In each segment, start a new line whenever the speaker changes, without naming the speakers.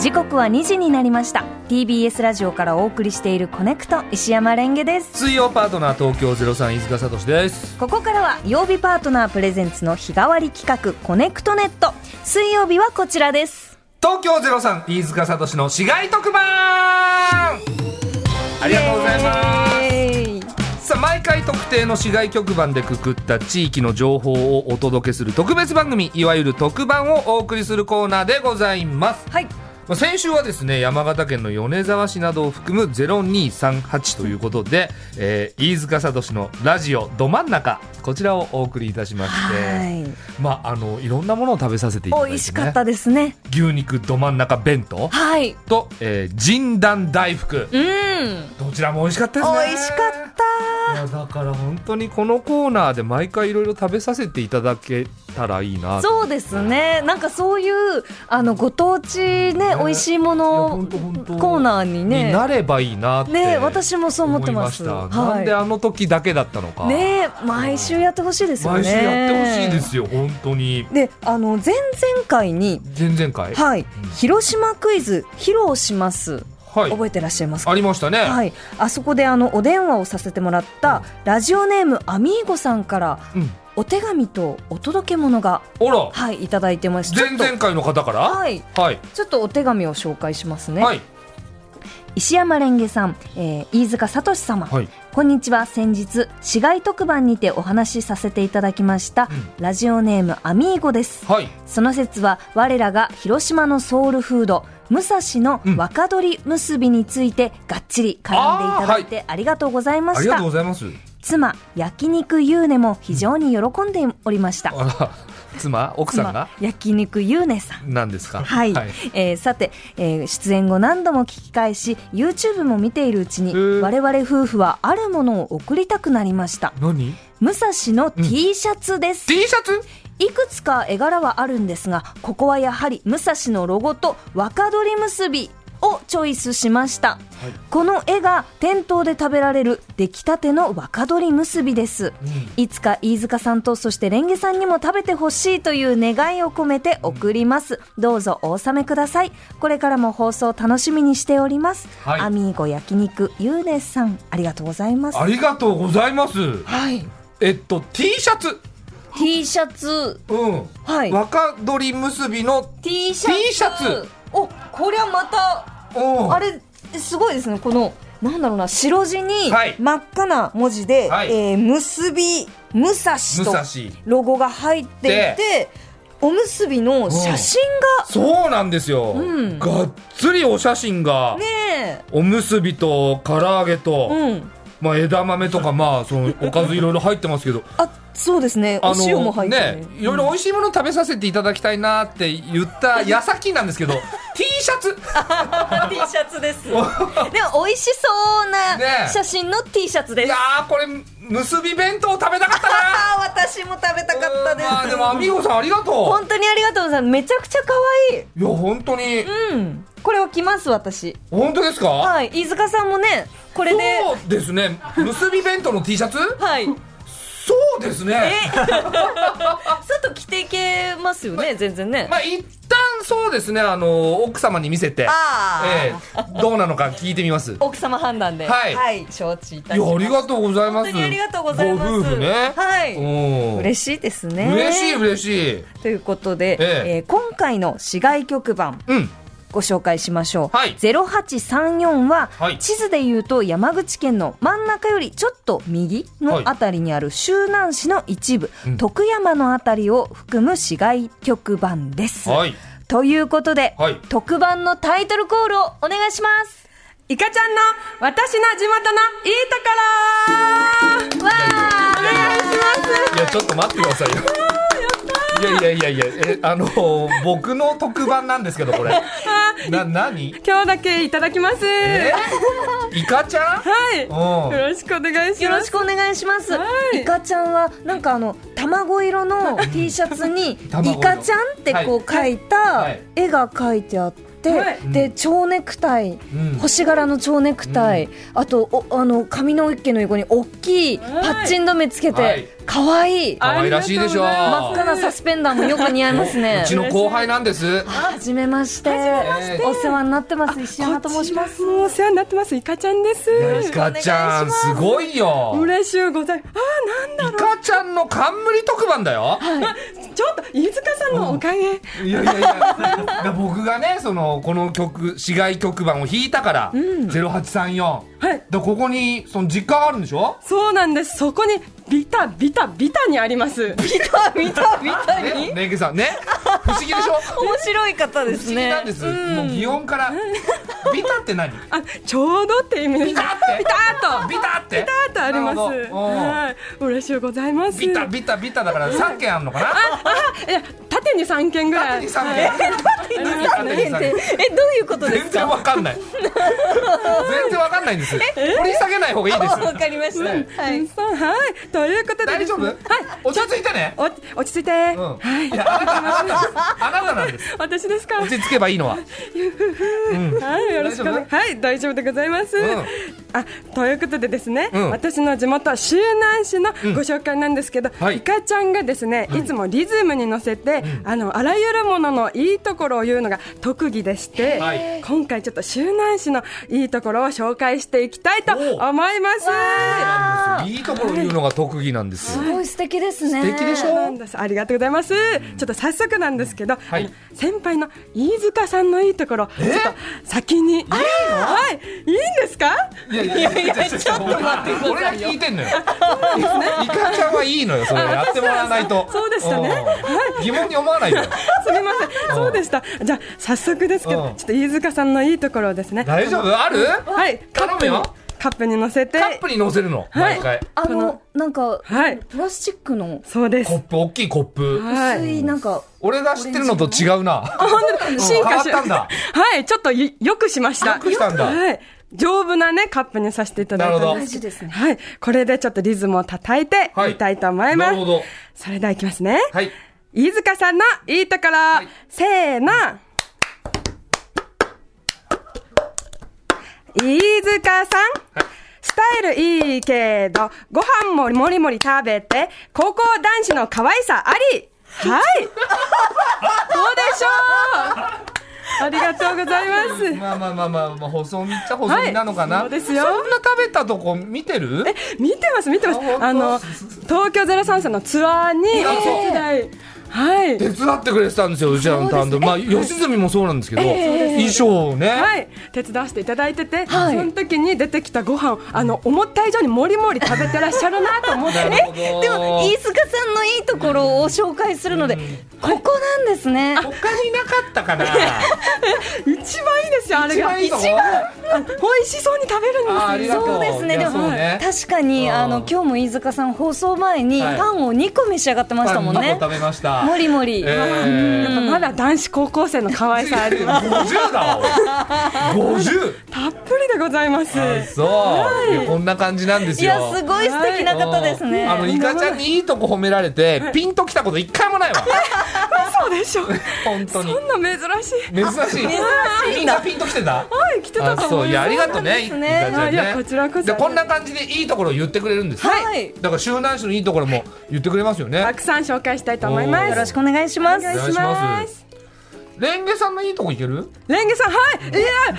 時刻は2時になりました TBS ラジオからお送りしているコネクト石山レンゲです
水曜パートナー東京03飯塚聡です
ここからは曜日パートナープレゼンツの日替わり企画コネクトネット水曜日はこちらです
東京03飯塚聡の市街特番ありがとうございますさあ毎回特定の市街局番でくくった地域の情報をお届けする特別番組いわゆる特番をお送りするコーナーでございます
はい
まあ先週はですね山形県の米沢市などを含む0238ということで、えー飯塚聡のラジオど真ん中こちらをお送りいたしまして
は
まああのいろんなものを食べさせていただい
い美
て、ね、
味しかったですね
牛肉ど真ん中弁当
はい
と、えー、神団大福
うん
どちらも美味しかったですね
美味しかった
いやだから本当にこのコーナーで毎回いろいろ食べさせていただけたらいいな
そうですねなんかそういうあのご当地ね美味しいもの
いやほんとほんと
コーナーに
に
ね
なればいいなって
ね私もそう思ってます
思いました
はい
なんであの時だけだったのか、
ね毎週やってほしいですよね
毎週やってほしいですよ本当に
であの前々回に
前々回い、
はい広島クイズ披露します
はい
覚えてらっしゃいますか
ありましたね、
はい、あそこであのお電話をさせてもらったラジオネームアミーゴさんから
うん
お手紙とお届け物が
あら
はいいただいてまして
前々回の方から
はい
はい
ちょっとお手紙を紹介しますね、
はい
石山レンゲさん、えー飯塚聡様、
はい
こんにちは先日市街特番にてお話しさせていただきました、
う
ラジオネームアミーゴです
はい
その説は我らが広島のソウルフード武蔵の若鶏結びについてがっちり絡んでいただいてありがとうございま
あり
し
が
た、
とうございます
妻焼肉ゆうねも非常に喜んでおりました、
あら妻奥さんが
妻焼肉ゆうねさん
なんですか
はい、
はい、
えーさて、えー出演後何度も聞き返し YouTube も見ているうちに
へー
我々夫婦はあるものを贈りたくなりました
何
武蔵の T シャツです、
T シャツ
いくつか絵柄はあるんですがここはやはり武蔵のロゴと若鶏結びをチョイスしました、この絵が店頭で食べられる出来たての若鶏結びです、いつか飯塚さんとそしてレンゲさんにも食べてほしいという願いを込めて送ります、どうぞお納めくださいこれからも放送楽しみにしております、
はい
アミーゴ焼肉ゆうねさんありがとうございます
ありがとうございます
はい
えっと T シャツ
T シャツ
うん
はい
若鳥結びの
T シャツ
T シャツ
おこりゃまた
うん
あれすごいですねこのなんだろうな白地に
はい
真っ赤な文字で「
はい
えー結び武蔵」
武
と
蔵
ロゴが入っていておむすびの写真
そうなんですよ、
うん
がっつりお写真が、
がねえ
おむすびと唐揚げと、
うん
まあ、枝豆とかまあそのおかずいろいろ入ってますけど
あそうですねお塩も入って
ねいろいろ美味しいもの食べさせていただきたいなっ て言った矢先なんですけど T シャツ
T シャツですでも美味しそう
ね
な
え
写真の T シャツで
い
す、
やーこれ結び弁当食べたかったな
ああ私も食べたかったです、
うんまあでもアミーゴさんありがと
本当にありがとうございますめちゃくちゃ可愛いう
いや本当に、
うんこれは着ます私
本当ですか、
はい飯塚さんもねこれで
そうですね結び弁当の T シャツ
はい
そうですね
外着ていけますよね全然ね
まあ一旦そうですねあの奥様に見せて
あー
ええどうなのか聞いてみますいや
奥様判断では、
はいい
承知いた
あ
しました
りがとうございます
本当にありがとうございます
ご夫婦ね
はい
うん
嬉しいですね
嬉しい嬉しい
ということで、え
ええ
ー今回の市外局番
うん
ご紹介しましょう、
はい
0834は、
はい
地図で言うと山口県の真ん中よりちょっと右のあたりにある周南市の一部、
うん
徳山のあたりを含む市外局番です、
はい
ということで、
はい
特番のタイトルコールをお願いします
イカちゃんの私の地元のいいと
わあお願いし
ころ
いやちょっと待ってくださいよいやいやいやいやえあの 僕の特番なんですけどこれな何
今日だけいただきます
え
は
イカちゃん
いよ
うん
ろしくお願いし
よ
ま
ろし
す
くお願いします、
はい
イカちゃんはなんかあの卵色の T シャツに「イ
卵色
カちゃん」ってこう書い
は
た
い
絵が書いてあって、 、で蝶ネクタイ、
ん
星柄の蝶ネクタイ、あとおあの髪の毛の横に大きいパッチン止めつけ
はい
て可愛、いい
可愛らしいでしょう。
真っ赤なサスペンダーもよく似合いますね
うちの後輩なんです。
はじめまして
して
お世話になってます石山と申します
すお世話になってますイカちゃんです
イカちゃん、すごいよ。
嬉しゅうございますあーなん
イカちゃんの冠特番だよ。
だちょっと飯塚さんのおかげ、
いやいやいや、僕がね、その、この曲、市外局番を弾いたから、0834。
はい
で、ここに、その、実家があるんでしょ
そうなんですそこにビタビタビタにあります
見た見た見た
ね、ねぎさん、ね。不思議で しょ
面白い方で
不
す
思議な
ね
んです。もう、擬音 から。ビタって何
あちょうどって意味です
ビタって
ビターっと
ビタって
ビターっとあります
なるほどうん
はい嬉しゅうございます
ビタ、ビタ、ビタだから3件あるのかな
え縦に三件ぐら
縦
い
に3件。縦に3
え
件
ど。ういうことです
全然
か
わかんない。全然わかんないんです。掘り下げない方がいいです。
わかりました、は
はい
い、
はいということで
大
です
丈夫？
ね
落ち着いてね。
はいお落ち着いて、
うん。
はい
いやあなたあなたあなたなんです。
私ですか
落ち着けばいいのは。
はい、よろしくお願い
大
はい、大丈夫でございます。
ん
あ、ということでですね、
うん
私の地元周南市のご紹介なんですけど、
はい
い、かちゃんがですね、いつもリズムに乗せて、あのあらゆるもののいいところを言うのが特技でして、
はい
今回ちょっと周南市のいいところを紹介していきたいと思います。
いいところ言うのが特技なんです。
すごい素敵ですね
素敵でしょ
そうなんですありがとうございます。ちょっと早速なんですけど、
はい
あの先輩の飯塚さんのいいところ、ちょっと先に。はい、いいんですか。
いやいやいやちょっと待ってください。俺が聞いてんのよ。イカちゃんはいいのよ。それやってもらわないと。
そうでしたね
うん。疑問に思わないで。
すみません、そうでした。じゃあ、早速ですけ
うん
ど、ちょっと飯塚さんのいいところをですね。
大丈夫ある？
はい、カ
頼
ップ
む
に
よ、
カップに乗せて
カ。ップに乗せるの毎回。
あのなんか、
はい
プラスチックの
そうで
コッ
す。
プ大きいコップ。
は
薄
い。
いなんか
俺が知ってるのと違うな。
うん進化し
変わったん だ
はい、ちょっとよよくしまし
よ
た。
くしたんだ
はい。丈夫なね、カップにさせていただいたん
なるほど
大事ですね
はい。これでちょっとリズムを叩いて
はい
みたいと思います。
なるほど
それではいきますね。
はい。
飯塚さんのいいところ、
い
せーの。飯塚さん、スタイルいいけど、ご飯ももりもり食べて、高校男子の可愛さあり はいどうでしょうありがとうござい
ま
ま
あまあまあまあ、まあ、細身っちゃ細身なのかな、
はいそうですよ
そんな食べたとこ見てる
す。 見てます、見てます
あ本。当
あの、東京03さんのツアーにお手伝い。はい。
手伝ってくれてたんですようちらの担当、まあ吉住もそうなんですけど、衣装をね、
はい、手伝わせていただいてて、
はい
その時に出てきたご飯あの思った以上にもりもり食べてらっしゃるなと思 って
なるほど
でも飯塚さんのいいところを紹介するので、ここなんですね。
他になかったかな
一番いいですよあれ
一
が
番いいとこ
あ美味しそうに食べるんですよ
あありがとう
そうですね。
い
で
や
も
そうね
確かに
うん
あの今日も飯塚さん放送前に
はい
パンを2個召し上がってましたもん
パン
ね
二個。食べました
もりもり。
え
やっぱまだ男子高校生の可愛さあ
ー、
る
50だおい50
たっぷりでございます
あそう、いやこんな感じなんです
い
よ
やすごい素敵な方ですね。
あのイカちゃんにいいとこ褒められて、ピンときたこと一回もないわ
そうでしょ
本当
そ
に
んな珍しい
珍しいみんなピンときてた
はい来てた
あ
と
そ
思
う
い
いや
ま
あ
す
りがとうね
そうなんですね
いただいて
いやいやこちらこそ
でこんな感じでいいところを言ってくれるんですよ
はい。
だから周南市のいいところも言ってくれますよね
たくさん紹介したいと思います
おー
よろしくお願いします。
お願いしますレンゲさんのいいとこいける
レンゲさんはいいやは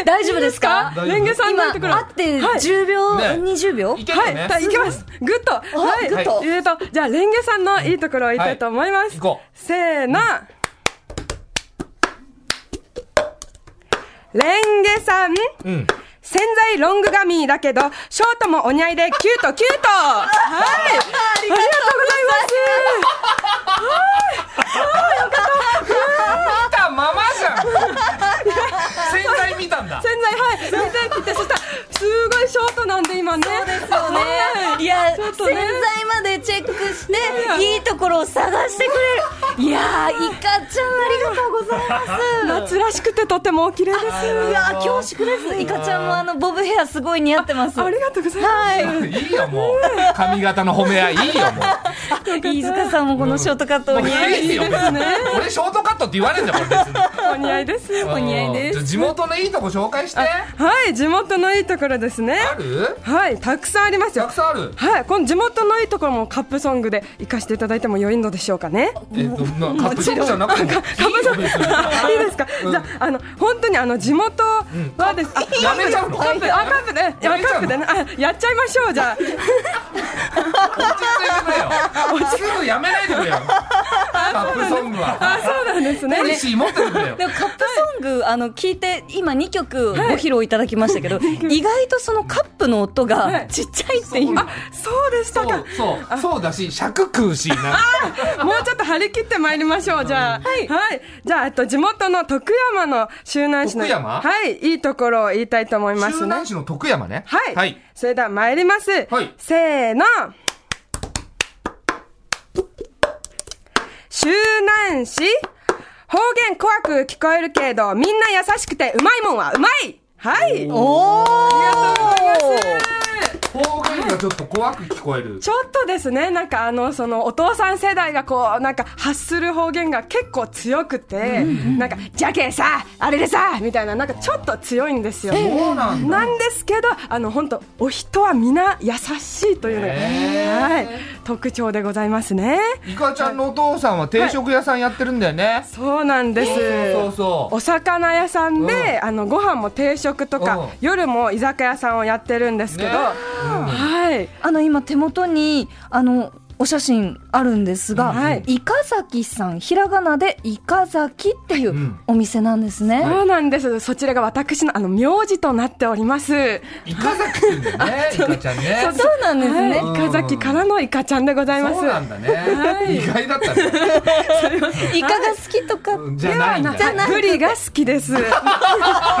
い
大丈夫ですか
大丈夫
レンゲさん
今
の
会
ところ
って
はい
10秒
ね
20秒
い。ける
は
よ
い、
ね、
じゃあ行きます。グッと、はい、
グ
ッ
と
えーと、じゃあレンゲさんのいいところを言いたいと思います。
はい行こう
せーの。レンゲさん、
うん
潜在ロング髪だけど、ショートもお似合いでキュートキュート。はい、ありがとうござい
見たままじゃん洗剤見たんだ
ます。潜在、はい、潜在って言って、そしたら、すごいショートなんで今ね。そうです よ
ねいや、
ちょっ
洗
とね
剤までチェックして、いいところを探してくれる。いやー、イカちゃん、ありがとうございます。
夏らしくてとてもお綺麗ですよ
う
ね。
わ恐縮です。イカちゃんもあの、ボブヘアすごい似合ってます。
ありがとうございます。
いいよ、もう。髪型の褒め合い、いいよ、も
飯塚さんもこのショートカットお
う。
似合い
いいよ、別に。俺、ショートカットって言われんじゃん、これ別に。
お似合いですよ。
お
似合いです
地元のいいとこ紹介して。あ
はい、地元のいいところですね。
る
はい、たくさんあります
た
よ
く。さんある。
はい、この地元のいいところもカップソングで活かしていただいても良いのでしょうかね。
えっと、なカップソングじゃなくても。カップソング
いいですか、じゃあ、あの、本当にあの地元はです。あ
やめちゃうの
カップ、あ、カップで、い
や
や、
めち
カ
ゃうの
ップでね、あ、やっちゃいましょう、じゃあ。
落ち着いてくれよ。すぐやめないでくれよ。カップソングは。
あ、そうなんですね
ポ。リシー持っててくれよ。
でもカップソング、あの聞いて今2曲ご披露いただきましたけど、意外とそのカップの音
は
が
い
ちっちゃいっていう、
あ、そうでした
そ
か
う。、そう、そうだし、尺食うし、なんか
もうちょっと張り切ってまいりましょう、じゃあ。はい。じゃあ、えっと、地元の徳山の周南市の。
徳山
はい、いいところを言いたいと思いますね。
周南市の徳山ね。
はい。
はい。
それでは参ります。
はい
せーの。周南市方言怖く聞こえるけど、みんな優しくてうまいもんはうまいはい
お
ありがとうございます
方言がちょっと怖く聞こえる。
ちょっとですね、なんかあの、その、お父さん世代がこう、なんか発する方言が結構強くて、なんか、じゃけさ、あれでさ、みたいな、なんかちょっと強いんですよ。
そうなんだ。
なんですけど、あの本当お人は皆優しいというのが、
へー
はい特徴でございますね。
イカちゃんのお父さんは定食屋さんやってるんだよね。
そうなんです。
そうそう。
お魚屋さんで、
う
あのご飯も定食とか、
うん
夜も居酒屋さんをやってるんですけど、
ね
はい。
あの今手元にあのお写真あるんですが、
はい
イカザキさんひらがなでイカザキっていうんお店なんですね、
そうなんです。そちらが私のあの名字となっております。
イカザキって言うんだよね、 イカちゃんね。
そうなんですね、
はい、イカザキからのイカちゃんでございます。
そうなんだね。意外だったね。
イカが好きとか
じゃないん
では
だ。
なブリが好きです。すい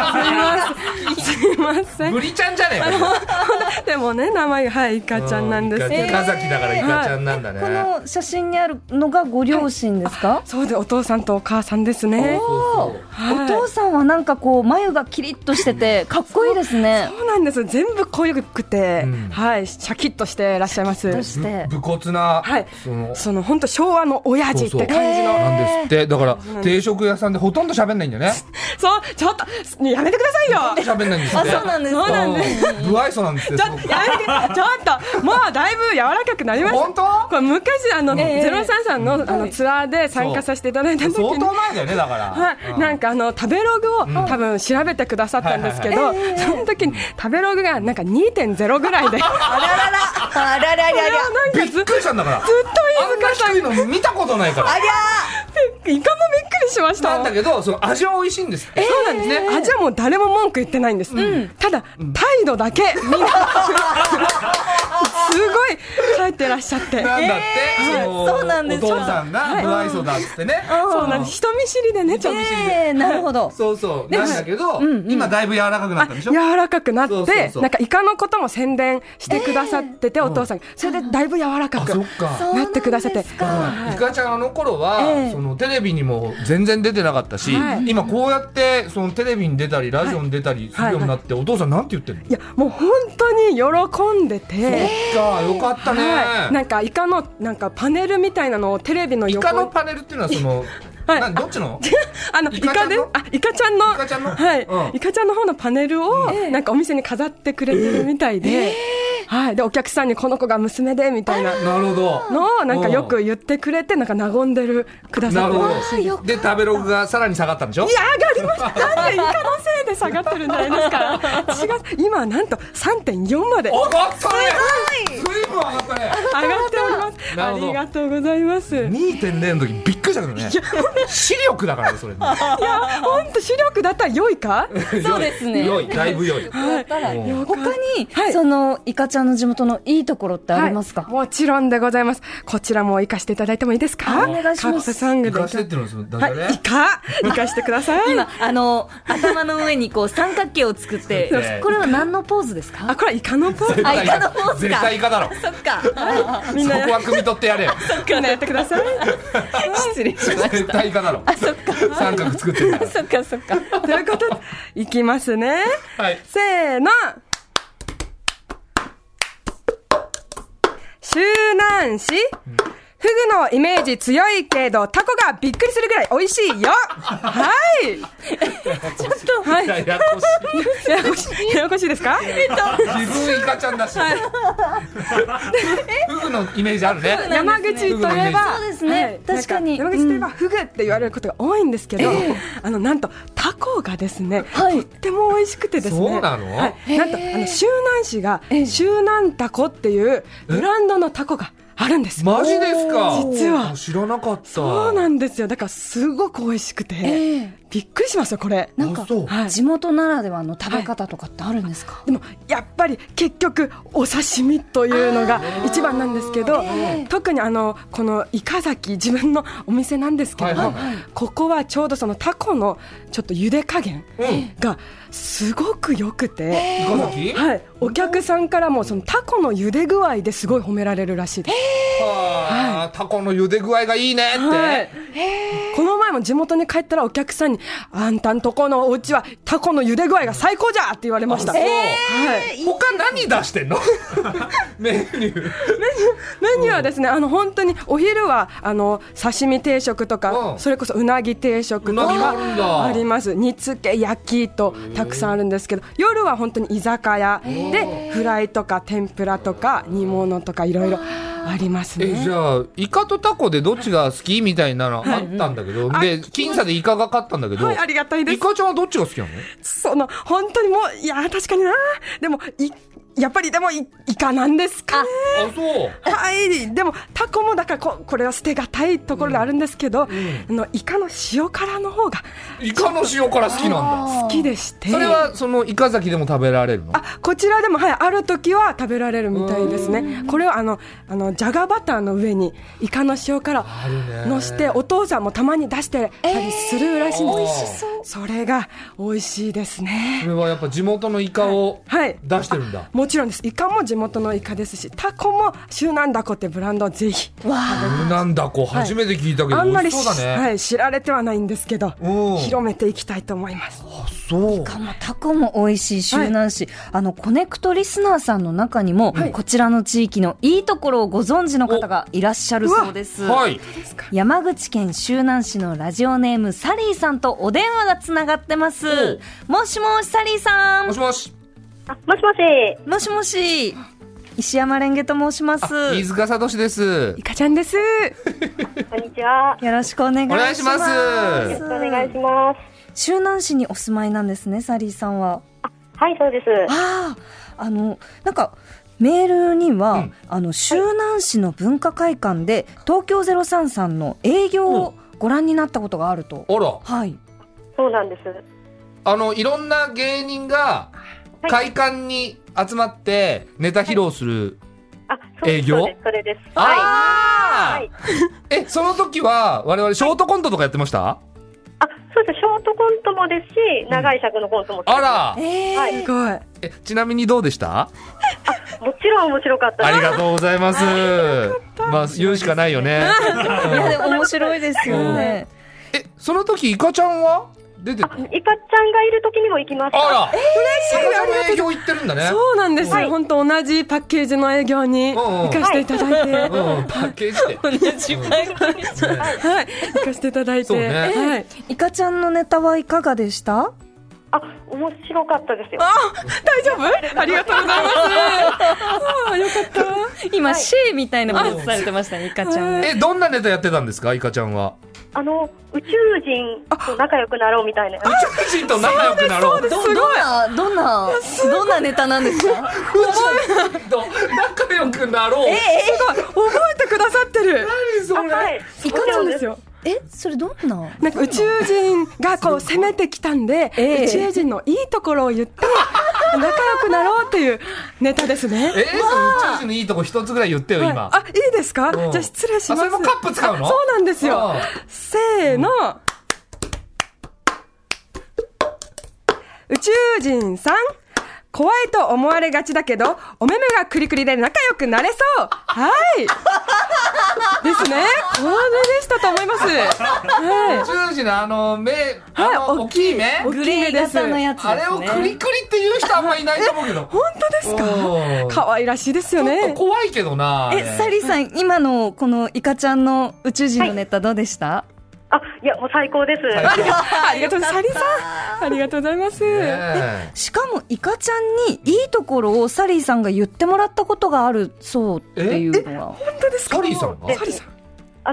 ません。すいません
ブ。リちゃんじゃねえか。
でもね、名前が、はい、イカちゃんなんですけど
イ。カザキだからイカちゃんなんだね。
この写真にあるのがご両親ですか、
そうで、お父さんとお母さんですね。
そうそう
お父さんはなんかこう眉がキリッとしててかっこいいですね
そうなんです。全部濃ゆくて、
うん
はい、シャキッとしていらっしゃいます。
として
ぶ武骨な、
はい
その、
その本当昭和の親父っ
そうそう
て感じの。
え
なんですって。だから、定食屋さんでほとんど喋んないんだよね。
そう、ちょっと、やめてくださいよ。
喋んないんですっ
あ
て。。
そうなんです
そうなんです
不愛想なんですって。
ちょ
すご
っ
く
と、やめてください。ちょっと、もうだいぶ柔らかくなりました。
本当
これ昔、あの、
ええ
ゼロ三さんの、あの、ツアーで参加させていただいた時
相
に
当。前だよね、だから。
はい、なんかあの食べログを多分調べてくださったんですけど、 その時に食べログがなんか2.0ぐ らいで、
あらららあららら
いやなん
び
か
っ
ずずっ
くりしたんだから。ずっ
と
あんな低いの見たことないから。
言いイカもびっくりしました。
なんだけど、その味は美味しいんですって。
そうなんですね。味はもう誰も文句言ってないんです。ただ、態度だけ、み んな、すごい書いてらっしゃって。
なんだって、の
そうなんです
お父さんが不愛想だっつってね。
そうなんです。人見知りでね、ちょっと。
ええなるほど
そうそう。なんだけど、今だいぶ柔らかくなったでしょ
柔らかくなっ
そうそう
て
そう
なんかイカのことも宣伝してくださってて、お父さんがそれでだいぶ柔らか
あ、
く
そっか。
う
なってくださって
そう
イカちゃんあの頃は、
ええ
そのテレビにも全然出てなかったし、
はい
今こうやってそのテレビに出たりラジオに出たりするようになって、お父さんなんて言ってるの、
いやもう本当に喜んでて、
そっかよかったね、
はい、なんかイカのなんかパネルみたいなのをテレビの
イ
横
カのパネルっていうのはその、
はい
などっちの
あの
イ
イ
カちゃ
カ
ん
で
の
あイカちゃんの
イカちゃんの
はい、
うん
イカちゃんの方のパネルを、なんかお店に飾ってくれてるみたいで、はいでお客さんにこの子が娘でみた いな
なるほど
のをなんかよく言ってくれてなんか和んでるくだ
な
さ
る
って
ほ
ます
あよか
どで食べログがさらに下がったんでしょ
いや上がりましたなんでイカのせいで下がってるんじゃないですか違う今はなんと3.4まで上
上
が
がったね随分上がったね
っておりま
な
す
る
あ
ほど
りがとうございますい
2.0の時びっくりしたけどね視力だからねそれね
や本当視力だったら良いか
そうですね
良いだいぶ良い
よか
他に、
はい
そのイカちゃんの地元のいいところってありますか、
はいもちろんでございますこちらも生かしていただいてもいいですか
お願いします
カップソング
浮
で
かしてってのはそのダジャレ、
はい、イカ、イカしてください。
今あの頭の上にこう三角形を作って
そう
これは何のポーズですか
あ、これはイカのポーズ。
あイカのポーズ
絶
か
対イカだだろ
そっか。
みん
そ
な
こは汲み取ってやれ よ
みんなやってください。失礼しまし
絶対イカだろ
そっか。
三角作ってるから
そっかそっか。
た。 ということで、いきますね。
はい
せーの。周南市。フグのイメージ強いけど、タコがびっくりするぐらい美味しい よ。はい。
ちょっと、
はい。
や
や
やこしい
やこしい、ややこしいですか
自分イカちゃんだしフグのイメージあるね
山口といえば、
そうですね
はい
確かに
なん山口といえば、フグって言われることが多いんですけど、あのなんとタコがですね、
はい
とっても美味しくてですね、
そうなの
はい、なんとあ
へー
の周南市が
ええ
周南タコっていうブランドのタコがあるんですよ。
マジですか
実は
知らなかった
そうなんですよ。だからすごく美味しくて、
ええ
びっくりしますよこれ。
なんか
あそう
はい
地元ならではの食べ方とかってあるんですか、
でもやっぱり結局お刺身というのが一番なんですけど、
ええ
特にあのこのイカ崎自分のお店なんですけども、
はいはい
ここはちょうどそのタコのちょっと茹で加減
うん
がすごく良くて。
イカ崎
はい、お客さんからもそのタコの茹で具合ですごい褒められるらしいです、
はあタコの茹で具合がいいね
は
っ
い、この前も地元に帰ったらお客さんに「あんたんとこのお家はタコの茹で具合が最高じゃ!」って言われました、
あそう
はい、
て他何出してんのメニュー
メニューはですね、あの本当にお昼はあの刺身定食とか、
うん
それこそうなぎ定食と
うなぎもあるんだ
かあります、煮つけ、焼きとたくさんあるんですけど、夜は本当に居酒屋で、フライとか天ぷらとか煮物とかいろいろあります
え
ね
じ。ゃあイカとタコでどっちが好きみたいなのあったんだけど、で僅差でイカが勝ったんだけど、
はい、ありがたいで
イ
す。
カちゃんはどっちが好きなの
その本当にもう、いやー、確かにな、でも、いやっぱりでもい、イカなんですかね。
あそう
はい、でもタコもだからここれは捨てがたいところであるんですけど、あのイカの塩辛の方が
イカの塩辛好きなんだ
あー
好きでして
それはそのイカ崎でも食べられるの
あこちらでも、はい、ある時は食べられるみたいですねこれをあのあのじゃがバターの上にイカの塩辛
るね
のしてお父さんもたまに出してたりするらしいん
えー美
で
味し
す、それが美味しいです
そ
ね
れはやっぱ地元のイカを
はい
出してるんだ、
もちろんですイカも地元のイカですしタコも周南ダコってブランドをぜひ
わあ
なんだこう初めて聞いたけど、
あんまり
美味しそうだね、
はい、知られてはないんですけど
うん
広めていきたいと思います
あそう
かもタコも美味しい周南市、あのコネクトリスナーさんの中にも、こちらの地域のいいところをご存知の方がいらっしゃるそうです
はい
山口県周南市のラジオネームサリーさんとお電話がつながってますもしもしサリーさ
も
ん
しもし
あもしもし、
もしもし石山レンゲと申します
あ飯塚聡です
イカちゃん です
こんにちは。
よろしくお願いします
お願いし
よろしくお願いします。
周南市にお住まいなんですねサリーさんは
はい、そうです。
ああ、あの、なんか、メールには、
うん
あの、周南市の文化会館で、東京ゼロ三さんの営業をご覧になったことがあると。
あら
はい。
そうなんです。
あのいろんな芸人が
はい
会館に集まってネタ披露する、
あ、そうです
営業
そうですそれです。は
あ
い。
あ、
はい
えその時は我々ショートコントとかやってました、
あ、そうです。ショートコントもですし、長い尺のコントも。
あ。ら
ええ
は
す
い。
ごい
えちなみにどうでした
もちろん面白かった
あ
で
りがとうございますまあ言うしかないよね
いや、でも面白いですよね。
えその時イカちゃんは出てた
す。イカちゃんがいる時にも行きまし
あ
た。
ら
嬉しい
イカちゃんの営業行ってるんだね
そうなんです
は
よ。
い
本当同じパッケージの営業に
うんうん
行かせていただいて、
う
は
ん、パッケージで
同じ番組
い、行かせていただい
そう
て、
ね
はい。
イカちゃんのネタはいかがでした
あ、面白かったですよ。
大丈夫？ありがとうございます。ああ、よかった。
今、シェーみたいなものされてましたね、イカちゃんが。
えどんなネタやってたんですかイカちゃんは
あの、宇宙人と仲良くなろうみたいな。
宇宙人と仲良くなろう
どどんな、どんな、どんなネタなんですか
宇宙人と仲良くなろう
すごい。覚えてくださってる。
何それ、
はい。
イカちゃんです
よ。
よ。
え、それどんな
なんか宇宙人がこう攻めてきたんで、
ええ
宇宙人のいいところを言って仲良くなろうっていうネタですね。
えー、その宇宙人のいいとこ一つぐらい言ってよ、
はい
今
あ、いいですか？
うん
じゃあ失礼し
あ
ます。
それもカップ使うの
あそうなんですよ
うん。
せーの。宇宙人さん、怖いと思われがちだけど、お目目がクリクリで仲良くなれそう。はい。ですね。これでしたと思います。は
十時のあの目、あの
はい
大きい目、
大きい
グレー型のやつです
あ
ね。
れをクリクリっていう人あんまいないと思うけど。
い。本当です
おー
か可愛らしいですよ
ちょっ
ね
と。怖いけどな。
え、サリーさん、今のこのイカちゃんの宇宙人のネタどうでした、
あ、いや、もう最高です。
最
あ
高ね
ありがとうございます。サリさん。ありがとうございます。
え
しかもイカちゃんにいいところをサリーさんが言ってもらったことがあるそうっていうのは。
本当ですか
サリーさんが
サリーさん。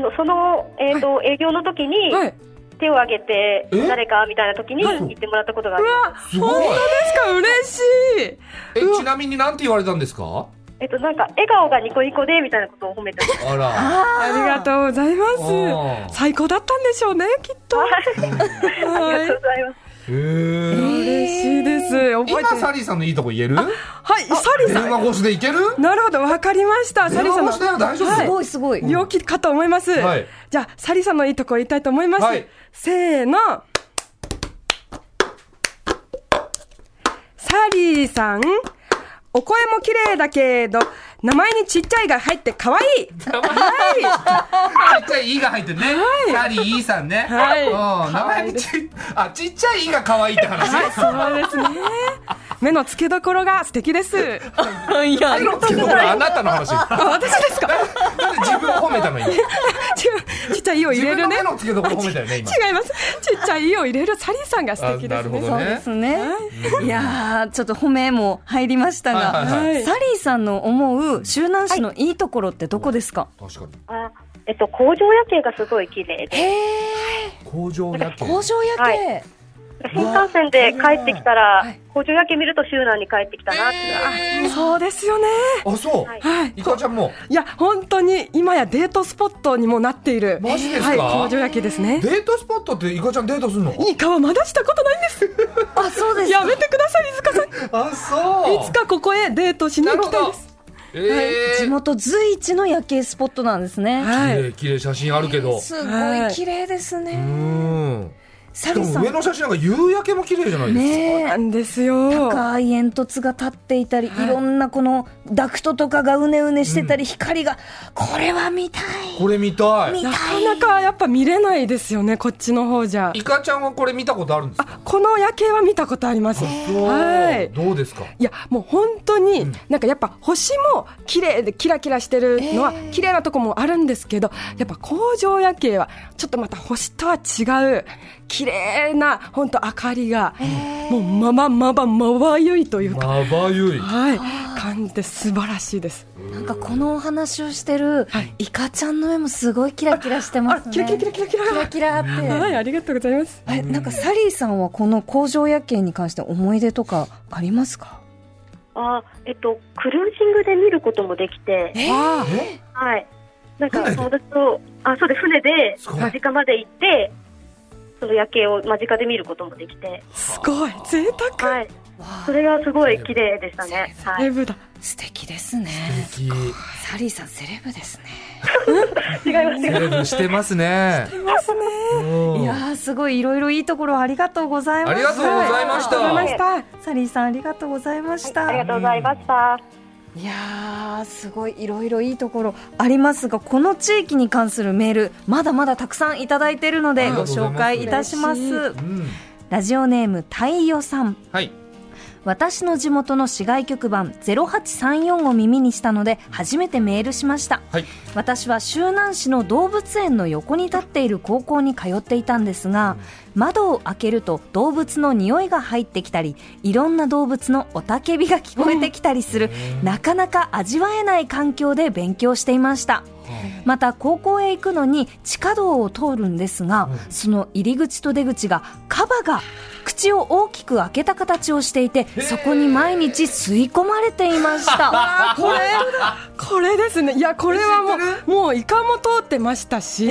の、その、えっ、と、営業の時に、
はい。
手を挙げて、
え
誰かみたいな時に
はい
言ってもらったことがあ
う
ります。
わ、
す
本
ご
当
い
ですか嬉しい。
えちなみになんて言われたんですか
えっと、なんか、笑顔がニコニコで、みたいなことを褒めてました。
あら。
ありがとうござい
お
ま
ー
す。最高だったんでしょうね、きっと。
ありが
は
とうございます。
へー
い。嬉しいです。覚
今
えて
サリーさんのいいとこ言える
はい、サリ
電
さ
話越しでいける
ん。なるほど、わかりました。
電
サリさん
話越しだよ、
の。
大丈夫
すごいすごい。
陽気かと思います。
はい
じゃあ、サリさんのいいとこ言いたいと思います。
はい
せーの。サリーさん、お声も綺麗だけど、名前にちっちゃいが入って可愛い。は
ち
い。
っちゃい「い」が入ってるね。サリー、いいさんね。
はい
うん名前にちっ、あ、ちっちゃい「い」が可愛いって話。
そうですね。目の付けどころが素敵です。
いや、
けど、これあなたの話。なん
あ私ですか
で自分を褒めたの今。
違うちっちゃい「い」を入
自
れ
分の
るね
目の付けどころ褒めたよね、今。
違いますちっちゃい「い」を入れるサリーさんが素
あ
敵で
なる
す
ほ
ね
ど
そうですね。いやー、ちょっと褒めも入りましたが、
はいはい
はい
サリーさんの思う周南市のいいところってどこですか、
確かに。
あえっと、工場夜景がすごい綺麗で、
へ
工場夜景。
工場夜景、
は新幹線で帰ってきた
は
ら
い、
工場夜景見ると周南に帰ってきたなっていうのが、
あそうですよね
あ、そう。
はい
はい
いかちゃんも。
いや本当に今やデートスポットにもなっている
マジですか
はい工場焼きですね
デートスポットっていかちゃんデートすんの
いい顔まだしたことないんです
あ、そうです
や
か。
めてください飯塚さんい
あ、そう。
つかここへデートしに
な
行
る
き
ほ
たい
ど
です。
え
地
ー。
元随一の夜景スポットなんですね。
綺
はい
麗、綺麗写真あるけど。
すごい綺麗ですね。
うん。
サ
で
リーさ
も上
ん、
の写真なんか夕焼けも綺麗じゃないですか。
ねえ
な。んですよ
高い煙突が立っていたり、い、ろんなこのダクトとかがうねうねしてたり、光がこれは見たい
これ見た
見
い。
た
ないかなかやっぱ見れないですよねこっちの方じゃ
イカちゃんはこれ見たことあるんですか。
この夜景は見たことあります
そう
はい
どうですか。
いやもう本当に、
ん
なんかやっぱ星も綺麗でキラキラしてるのは
えー
綺麗なとこもあるんですけど、やっぱ工場夜景はちょっとまた星とは違う綺麗な本当明かりが、もうまばまばまばゆいというか、
まばゆい。
はい感じで素晴らしいです。
なんかこのお話をしてる、
はい
イカちゃんの目もすごいキラキラしてますね
キラキラキラキラキラ。
キラキラって、
はいありがとうございます。
えなんかサリーさんはこの工場夜景に関して思い出とかありますか
あえっと、クルージングで見ることもできて、
わあ
え、
はい。なんか
船で
友達と、あ、そうです、船です
ごい
間近まで行って、その夜景を間近で見ることもできて、
すごい贅沢。
はい。それがすごい綺麗でしたね。は
ラ
い
イ。ブだ。
素敵ですね
素敵。
サリーさんセレブですね
違います、違い
セ
ます。
レブしてますね。
ますね。
うん
いやーすごいいろいろいいところありがとうございました
ありがとうございました
ありがとうございまし
サリーさんありがとうございました、
ありがとうございました。
いやーすごいいろいろいいところありますがこの地域に関するメールまだまだたくさんいただいているの
あ
で
りが
ご
とうございます
紹介いたしま
嬉
す
うん。
ラジオネーム太陽さん
はい。
私の地元の市外局番0834を耳にしたので初めてメールしました
はい。
私は周南市の動物園の横に立っている高校に通っていたんですが窓を開けると動物の匂いが入ってきたりいろんな動物の雄たけびが聞こえてきたりする、なかなか味わえない環境で勉強していました。また高校へ行くのに地下道を通るんですが、その入り口と出口がカバが口を大きく開けた形をしていてそこに毎日吸い込まれていま した。
あこれこれですねいやこれはもうもうイカも通ってましたし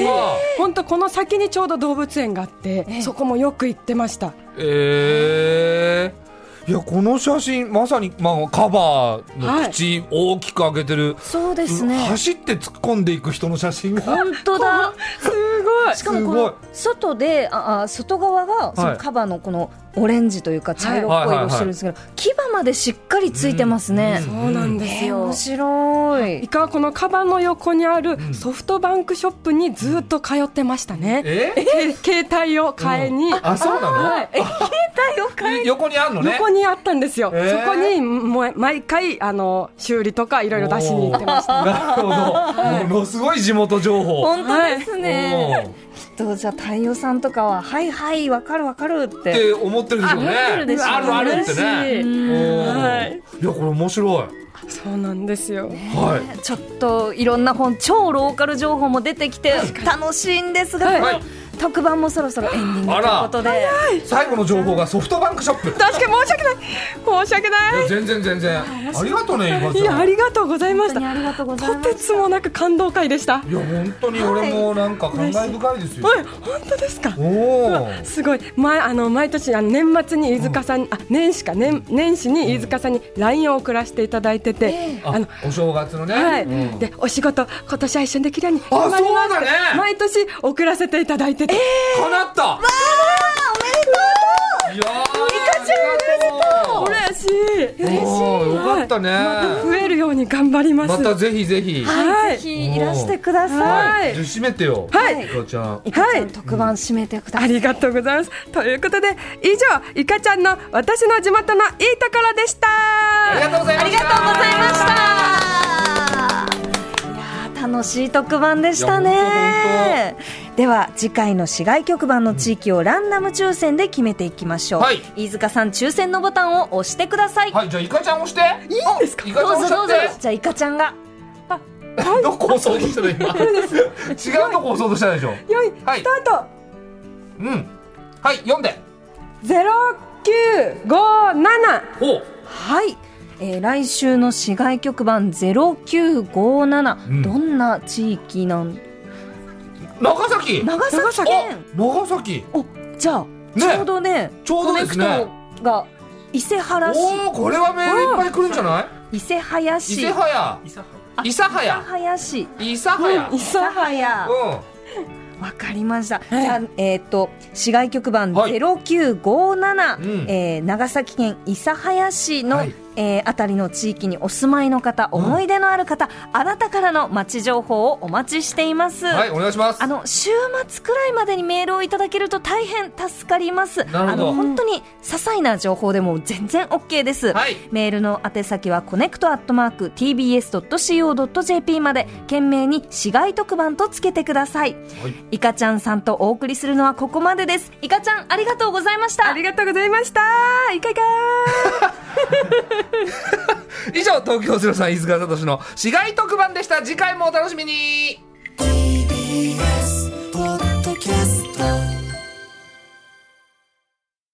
本当この先にちょうど動物園があってそこもよく行ってました
えー。いやこの写真まさにまあカバーの口大きく開けてる。
そうですね
走って突っ込んでいく人の写真が。
本当だ
すごい
しかもこの外でああ外側がそ
は
の
い
カバーのこのオレンジというか茶色っぽい色してるんですけど、牙までしっかりついてますね。
そうなんです
えー
よ
面白い
イ。カはこのカバンの横にあるソフトバンクショップにずっと通ってましたね、
え
け携帯を買い
う
に、
んあ、そうなの、
はい、
横にあんのね。
横にあったんですよ、
えー
そこにもう毎回あの修理とかいろいろ出しに行ってました
なるほど。ものすごい地元情報。
本当ですね。
うんっ
きっとじゃあ太陽さんとかははいはいわかるわかるって。
て思ってるでしょうね。
あ思ってるでしょうね
あるあるってね。
嬉しい
うん
はい
いやこれ面白
そうなんですよ
い。はい。
ちょっといろんな本超ローカル情報も出てきて楽しいんですが、
はい
この特番もそろそろエンディングと
あ
いう
ら
ことで
最後の情報がソフトバンクショップ。
確かに申し訳ない申し訳ない
全然全然。ありがとうね、今
い
ちゃ
や
ん。
あ
いや
りがとうございま
本
し
当に
た
ありがとうござい
と
ま
て
す。
つもなく感動会でした
本当に俺もなんか感慨深いですよ。
おい本当ですか
おおー。
すごい前あの毎年あの年末に飯塚さん、あ年始か年年始に飯塚さんに LINE を送らせていただいてて、あの
あ、お正月のね。
はい、
うん
でお仕事今年は一緒にできるように頑張り
そう
ます
だね
毎年送らせていただいてて、
叶った。わあ、おめでとう。いやー。
ち
ゃんお
嬉しい
嬉しいよかったね
はいまた増えるように頑張ります
またぜひぜひ。
はい、
はい
ぜひいらしてくだ
は
さい。
じゃあ締めてよ。
はい
いかちゃん。
いかちゃん特番締めてくだ
あ
さい。
りがとうございますということで以上いかちゃんの私の地元のいいところでした
ありがとうございま
あり
し
が
た。
とうございました。いやー楽しい特番でした
いや
ね。では次回の市外局番の地域をランダム抽選で決めていきましょう。
はい
飯塚さん抽選のボタンを押してください。
はい、じゃあイカちゃん押して。い
いいですか
イカちゃ
ど
ん
うぞどうぞ
押し。
じゃあイカちゃんが
ちゃって。どこ押そうとしたの今。 違うとこ押そうとしたでしょ。
よい、
はい
スタート
うん。はい、読んで。
ゼロ九五七
おう。
はい。えー来週の市外局番0957、
うん
どんな地域なん
長崎。
長崎県
お長崎。
おじゃあ、
ね
ちょうどね
ちょうどですね
コネクトが伊勢原市
おお、これはメールいっぱい来るんじゃない。
伊勢早
伊
市
勢早。伊勢
諫
早。
早市
伊勢早。うん。
諫早わかりました、じゃあえっ、と市外局番
はい
0957、
うん
えー長崎県諫早市の、
はい
えーあたりの地域にお住まいの方思い出のある方、あなたからの街情報をお待ちしています、
はい、お願いします
あ。の週末くらいまでにメールをいただけると大変助かります。
なるほ
あ
ど
の本当に些細な情報でも全然 OK です。
はい
メールの宛先はコネクトアットマーク tbs.co.jp まで懸命に市外特番とつけてください。
はい
イカちゃんさんとお送りするのはここまでです。イカちゃんありがとうございました。
ありがとうございましたいかいか
以上、東京ゼロさん、飯塚聡の市街特番でした。次回もお楽しみに。
TBS